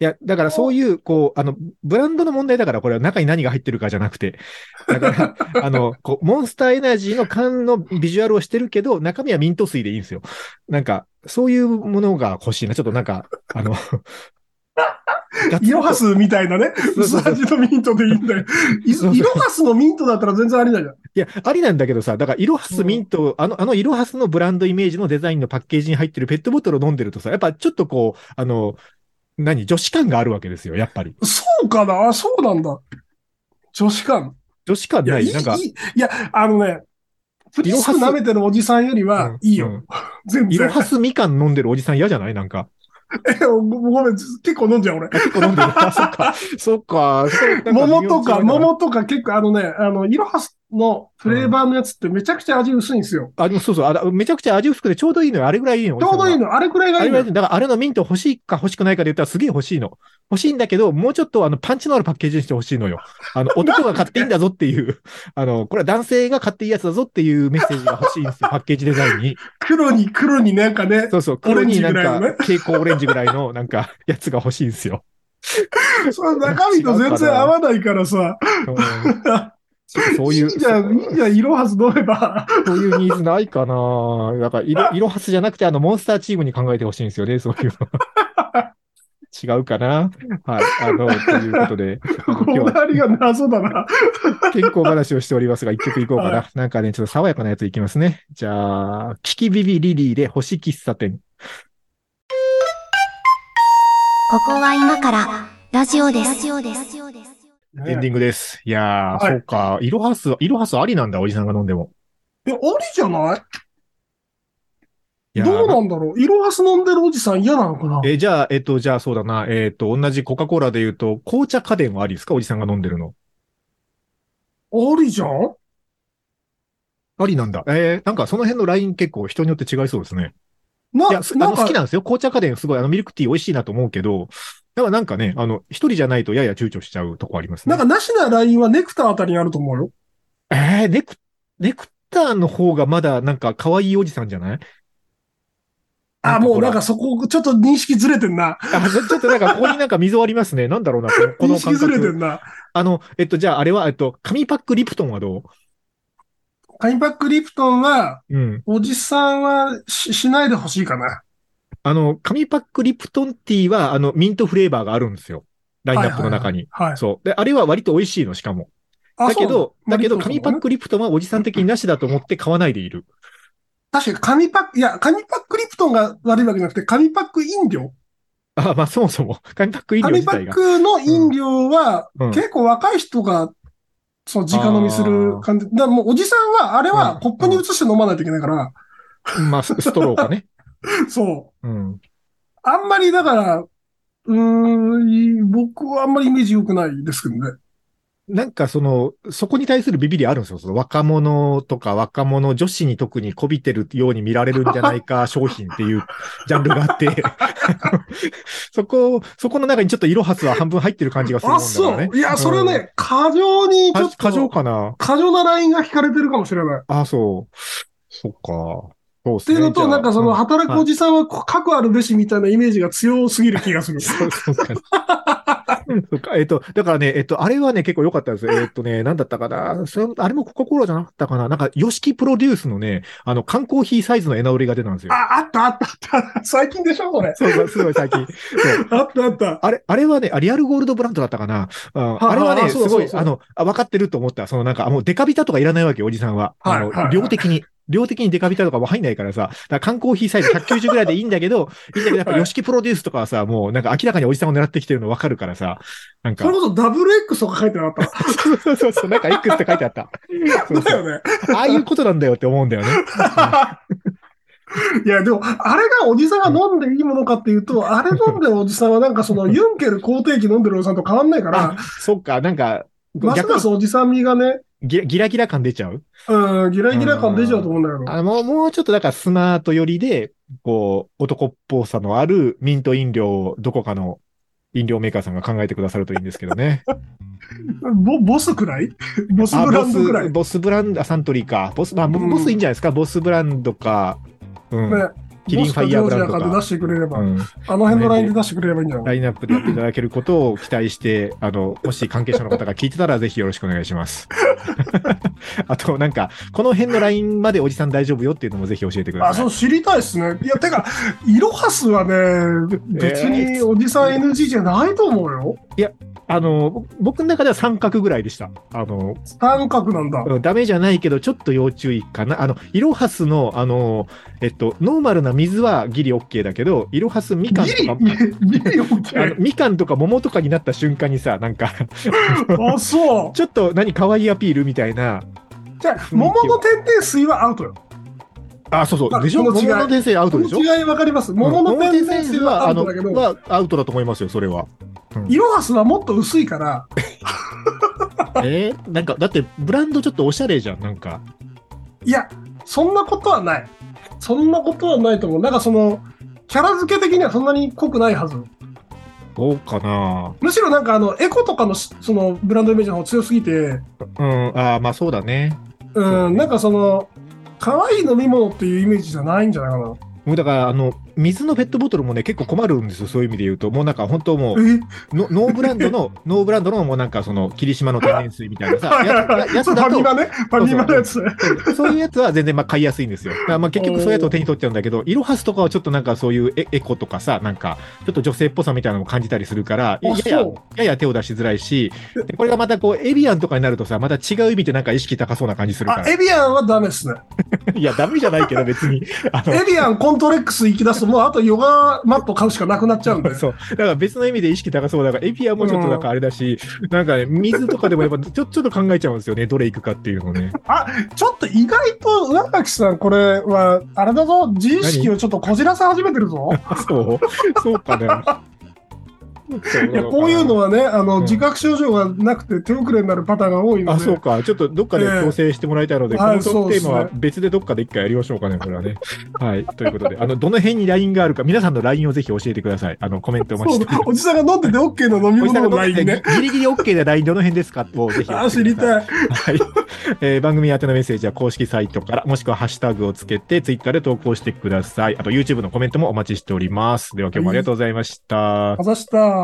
Speaker 1: や、だからそういう、こう、あの、ブランドの問題だから、これは中に何が入ってるかじゃなくて。だから、あの、こう、モンスターエナジーの缶のビジュアルをしてるけど、中身はミント水でいいんですよ。なんか、そういうものが欲しいな。ちょっとなんか、あの、ガツン
Speaker 3: イロハスみたいなね、
Speaker 1: う
Speaker 3: 薄
Speaker 1: そうそう
Speaker 3: 味のミントでいいんだ よ。い
Speaker 1: そうそう
Speaker 3: イロハスのミントだったら全然ありだじゃん。
Speaker 1: いや、ありなんだけどさ、だから、イロハスミント、あの、あのイロハスのブランドイメージのデザインのパッケージに入ってるペットボトルを飲んでるとさ、やっぱちょっとこう、あの、何、女子感があるわけですよ、やっぱり。
Speaker 3: そうかなそうなんだ。女子感。
Speaker 1: 女子感
Speaker 3: いや、
Speaker 1: ないい、
Speaker 3: い、
Speaker 1: なんか、
Speaker 3: いいいや、あのね、プリ
Speaker 1: イロ
Speaker 3: ス
Speaker 1: ハ
Speaker 3: ク
Speaker 1: ス
Speaker 3: 舐めてるおじさんよりは
Speaker 1: うん、
Speaker 3: いいよ。
Speaker 1: うん
Speaker 3: 全
Speaker 1: イロ
Speaker 3: 然。
Speaker 1: ハスみかん飲んでるおじさん嫌じゃないなんか。
Speaker 3: えごごめん、結構飲んじゃう俺。
Speaker 1: あ結構飲ん でる。あ、そっか。そっか。そうなんか
Speaker 3: 桃とか、
Speaker 1: 微妙に違うな
Speaker 3: 桃とか結構あのね、あの、イロハスのフレーバーのやつってめちゃくちゃ味薄いんですよ。
Speaker 1: あ、でもそうそう。あだめちゃくちゃ味薄くてちょうどいいのよ。あれぐらいいいの。
Speaker 3: ちょうどいい
Speaker 1: の。
Speaker 3: の、あれくらい
Speaker 1: あ
Speaker 3: がい
Speaker 1: れ
Speaker 3: い
Speaker 1: ぐ
Speaker 3: の
Speaker 1: らい。だから、あれのミント欲しいか欲しくないかで言ったらすげえ欲しいの。欲しいんだけど、もうちょっとあのパンチのあるパッケージにして欲しいのよ。あ の、男が買っていいんだぞっていう、あの、これは男性が買っていいやつだぞっていうメッセージが欲しい んですよ。パッケージデザインに。
Speaker 3: 黒に黒になんかね、
Speaker 1: そうそう。
Speaker 3: オ
Speaker 1: 黒
Speaker 3: レンジ
Speaker 1: に
Speaker 3: ぐ
Speaker 1: な
Speaker 3: ら
Speaker 1: ん
Speaker 3: いのね
Speaker 1: か、蛍光オレンジぐらいのなんか、やつが欲しいんですよ。
Speaker 3: その中身と全然合わないからさ、
Speaker 1: うんそそうい
Speaker 3: い
Speaker 1: う。
Speaker 3: いじゃん、いいじゃん、イロハス飲めば。
Speaker 1: そういうニーズないかなだから、いろ、いろはすじゃなくて、あの、モンスターチームに考えてほしいんですよね、そういう の。違うかなはい。あの、というこ とで、
Speaker 3: こ
Speaker 1: 今
Speaker 3: だ
Speaker 1: 日は
Speaker 3: わりが謎だな。
Speaker 1: 健康話をしておりますが、一曲いこうか
Speaker 3: は
Speaker 1: な。なんかね、ちょっと爽やかなやついきますね。じゃあ、キキビビリリーで星喫茶店。
Speaker 2: ここは今からラジオです。ラジオです。
Speaker 1: エンディングです。いやー、
Speaker 3: はい
Speaker 1: そうか。いろはす、いろはすありなんだ、おじさんが飲んでも。
Speaker 3: いや、ありじゃない
Speaker 1: いやー
Speaker 3: どうなんだろうイロハス飲んでるおじさん嫌なのかな
Speaker 1: え、じゃあ、えっと、じゃあそうだな。えっと、同じコカ・コーラで言うと、紅茶家電はありですかおじさんが飲んでるの。
Speaker 3: ありじゃん
Speaker 1: ありなんだ。えー、なんかその辺のライン結構人によって違いそうですね。
Speaker 3: ない
Speaker 1: や、すあ
Speaker 3: な
Speaker 1: の
Speaker 3: んか
Speaker 1: 好きなんですよ。紅茶家電すごい、あのミルクティー美味しいなと思うけど、だからなんかね、あの、一人じゃないとやや躊躇しちゃうとこあります
Speaker 3: な
Speaker 1: ね。
Speaker 3: んかなしなラインはネクターあたりにあると思うよ。
Speaker 1: えー、ネク、ネクターの方がまだなんか可愛いおじさんじゃない
Speaker 3: あ、もうなん
Speaker 1: ほら
Speaker 3: かそこ、ちょっと認識ずれてんな。
Speaker 1: あ、ちょちょっとなんかここになんか溝あります ね。なんだろうな、このこ
Speaker 3: 認
Speaker 1: の
Speaker 3: 識
Speaker 1: 感
Speaker 3: ずれて
Speaker 1: 覚。
Speaker 3: んな。
Speaker 1: あの、えっと、じゃああれは、えっと、紙パックリプトンはど
Speaker 3: 紙パックリプトンは、
Speaker 1: ううん。
Speaker 3: おじさんはししないでほしいかな。
Speaker 1: あの、紙パックリプトンティーは、あの、ミントフレーバーがあるんですよ。ラインナップの中に。
Speaker 3: はい。
Speaker 1: そう。で、あれは割と美味しいの、しかも。
Speaker 3: あ
Speaker 1: だけど、
Speaker 3: そうな
Speaker 1: だ
Speaker 3: の
Speaker 1: けど、
Speaker 3: まあ
Speaker 1: 紙パックリプトンはおじさん的になしだと思って買わないでいる。
Speaker 3: 確かに紙パック、いや、紙パックリプトンが悪いわけじゃなくて、紙パック飲料。
Speaker 1: あ、まあ、そもそも、紙パック飲料
Speaker 3: 紙
Speaker 1: 自
Speaker 3: パ
Speaker 1: 体
Speaker 3: ッ
Speaker 1: が。
Speaker 3: クの飲料は、
Speaker 1: うん
Speaker 3: 結構若い人が、そう、直飲みする感じ。だからもう、おじさんは、あれ
Speaker 1: う
Speaker 3: は
Speaker 1: ん
Speaker 3: コップに移して飲まないといけないから、
Speaker 1: まあ、スストローかね。
Speaker 3: そう。
Speaker 1: うん。
Speaker 3: あんまり、だから、うーん、僕はあんまりイメージ良くないですけどね。
Speaker 1: なんか、その、そこに対するビビりあるんですよ。その若者とか若者女子に特にこびてるように見られるんじゃない か商品っていうジャンルがあって、 そこ、そこの中にちょっと色はすは半分入ってる感じがするも
Speaker 3: あ、
Speaker 1: んだ
Speaker 3: そ
Speaker 1: からね。
Speaker 3: う。いや、それは
Speaker 1: うん
Speaker 3: ね、過剰に、ちょっと、
Speaker 1: 過剰かな
Speaker 3: 過剰なラインが引かれてるかもしれない。っ
Speaker 1: あ、そう。そっか。そうって
Speaker 3: いうのと、なんかその、働く
Speaker 1: はい
Speaker 3: おじさんは、こう核あるべしみたいなイメージが強すぎる気がする。
Speaker 1: そうそうか。そうか。えっと、だからね、えっと、あれはね、結構良かったですよ。えっとね、なんだったかな。それあれもコカ・コーラじゃなかったかな。なんか、ヨシキプロデュースのね、あの、缶コーヒーサイズのエナオリが出たんですよ。
Speaker 3: あ、あったあったあった。 最近でしょこれ。
Speaker 1: そうそう、すごい最近。そう
Speaker 3: あったあった。
Speaker 1: あれ、あれはね、あリアルゴールドブランドだったかな。うん
Speaker 3: は
Speaker 1: あれは
Speaker 3: は
Speaker 1: ね、す
Speaker 3: そうそう
Speaker 1: ごい、
Speaker 3: そう
Speaker 1: あの、あ分かってると思った。そのなんか、あもうデカビタとかいらないわけよ、おじさんは。あ
Speaker 3: はいはいは
Speaker 1: の、
Speaker 3: い
Speaker 1: 量的に。量的にデカビタとかも入んないからさ、だから缶コーヒーサイズ190ぐらいでいいんだけど、いいんだけど、やっぱ、ヨシキプロデュースとかはさ、もうなんか明らかにおじさんを狙ってきてるの分かるからさ、なんか
Speaker 3: それ。こそダブル X とか書いてなかっ
Speaker 1: そうそうそうそう、なんか X って書いてあった。そ
Speaker 3: た。
Speaker 1: う
Speaker 3: だ
Speaker 1: そう
Speaker 3: よね。
Speaker 1: ああいうことなんだよって思うんだよね。
Speaker 3: いや、でも、あれがおじさんが飲んでいいものかっていうと、あれ飲んでるおじさんはなんかその、ユンケル皇帝期飲んでるおじさんと変わんないから
Speaker 1: あ、そっか、なんか、
Speaker 3: ます
Speaker 1: 逆
Speaker 3: ますおじさん味がね、
Speaker 1: ギラギラギラ感出ちゃう
Speaker 3: うん、ギラギラ感出ちゃうと思うんだけど。
Speaker 1: あもう、もうちょっとだからスマート寄りで、こう、男っぽさのあるミント飲料をどこかの飲料メーカーさんが考えてくださるといいんですけどね。
Speaker 3: ボボスくらいボス
Speaker 1: あ
Speaker 3: ブラ
Speaker 1: ボ
Speaker 3: ンドくらい。
Speaker 1: ス、
Speaker 3: ね
Speaker 1: ボスブランド、あサントリーか。ボス、まあ、ボ
Speaker 3: うん
Speaker 1: ボスいいんじゃないですか。ボスブランドか、うん。キリンファイヤーブランド
Speaker 3: ボスかジョージアかで出
Speaker 1: か。
Speaker 3: してくれれば、
Speaker 1: うん
Speaker 3: あの辺のラインで出してくれればいいんじゃない
Speaker 1: ラインナッ プでやっていただけることを期待して、あの、もし関係者の方が聞いてたら、ぜひよろしくお願いします。あと、なんか、この辺のラインまでおじさん大丈夫よっていうのもぜひ教えてくだ
Speaker 3: あ、
Speaker 1: さい。
Speaker 3: そう、知りたいですね。いや、てか、イロハスはね、別におじさん NG じゃないと思うよ。
Speaker 1: あの、ぼ僕の中では三角ぐらいでした。あの、
Speaker 3: 三角なんだ。
Speaker 1: うんダメじゃないけど、ちょっと要注意かな。あの、イロハスの、あの、えっと、ノーマルな水はギリ OK だけど、イロハスみかん
Speaker 3: ギ
Speaker 1: と
Speaker 3: リ、
Speaker 1: か、
Speaker 3: ギリ
Speaker 1: あの
Speaker 3: OK。
Speaker 1: みかんとか桃とかになった瞬間にさ、なんか、
Speaker 3: あ、そう。
Speaker 1: ちょっと何可愛いアピールみたいな。
Speaker 3: じゃあ、桃の点々水はアウトよ。
Speaker 1: あ、そうそう。
Speaker 3: あ
Speaker 1: でしょ
Speaker 3: この
Speaker 1: 桃
Speaker 3: 違い
Speaker 1: の先生アウ
Speaker 3: こ
Speaker 1: ト
Speaker 3: の
Speaker 1: でしょ
Speaker 3: 違いわかります。桃の点々水はア
Speaker 1: あ
Speaker 3: ウ
Speaker 1: の
Speaker 3: トだけど、
Speaker 1: はアウトだと思いますよ、それは。
Speaker 3: イロハスはもっと薄いから、
Speaker 1: えー、なんか、だってブランドちょっとおしゃれじゃん、なんか。
Speaker 3: いや、そんなことはない。そんなことはないと思う。なんかその、キャラ付け的にはそんなに濃くないはず。
Speaker 1: そうかな
Speaker 3: むしろなんかあの、エコとかのしそのブランドイメージの方が強すぎて、
Speaker 1: うん、あーまあそうだね。
Speaker 3: うん、なんかその、可愛い飲み物っていうイメージじゃないんじゃないかな。
Speaker 1: もうだから、あの、水のペットボトルもね、結構困るんですよ、そういう意味で言うと。もうなんか、本当もう、
Speaker 3: え
Speaker 1: のノーブランドの、ノーブランドの、もうなんか、その、霧島の天然水みたいなさ、ややや
Speaker 3: そ
Speaker 1: つ
Speaker 3: うフ
Speaker 1: だ
Speaker 3: ァ
Speaker 1: と
Speaker 3: ミ、マね。ファミマのやつ。
Speaker 1: そうそういうやつは全然まあ買いやすいんですよ。だからまあ結局そういうやつを手に取っちゃうんだけど、イロハスとかはちょっとなんかそういうエエコとかさ、なんかちょっと女性っぽさみたいなのも感じたりするから、やや
Speaker 3: そう
Speaker 1: やや手を出しづらいし、でこれがまたこうエビアンとかになるとさ、また違う意味でなんか意識高そうな感じするか
Speaker 3: あ、
Speaker 1: ら。
Speaker 3: エビアンはダメですね。
Speaker 1: いや、ダメじゃないけど別に。あの
Speaker 3: エビアンコントレックス行き出すと、もうあとヨガマット買うしかなくなっちゃうんで。
Speaker 1: そう。だから別の意味で意識高そうだから、エビアンもちょっとなんかあれだし、なんかね、水とかでもやっぱちょちょっと考えちゃうんですよね、どれ行くかっていうの をね。
Speaker 3: ちょっと意外と上垣さん、これは、あれだぞ、自意識をちょっとこじらせ始めてるぞ。
Speaker 1: そうそう かな。
Speaker 3: いや、こういうのはね、あの、
Speaker 1: うん
Speaker 3: 自覚症状がなくて手遅れになるパターンが多いの
Speaker 1: あ、
Speaker 3: で。
Speaker 1: そうか。ちょっとどっかで
Speaker 3: ええ
Speaker 1: 調整してもらいたいので、
Speaker 3: はい
Speaker 1: この
Speaker 3: そうで
Speaker 1: テー
Speaker 3: すね
Speaker 1: マは別でどっかで一回やりましょうかね、これはね。はい。ということで、あの、どの辺に LINE があるか、皆さんの LINE をぜひ教えてください。あの、コメントお待ちしてます。
Speaker 3: そうおじさんが飲んでて OK の飲み
Speaker 1: おじさん
Speaker 3: 物の
Speaker 1: が
Speaker 3: ラ
Speaker 1: 飲ん
Speaker 3: イ
Speaker 1: で
Speaker 3: ン
Speaker 1: て
Speaker 3: ね。
Speaker 1: ギリギリ OK で LINE どの辺ですかをぜひ教え
Speaker 3: あ、
Speaker 1: てください。
Speaker 3: 知りたい。
Speaker 1: はい、えー番組宛てのメッセージは公式サイトから、もしくはハッシュタグをつけて、ツイッターで投稿してください。あと、YouTube のコメントもお待ちしております。では、今日もありがとうございました。
Speaker 3: かざした。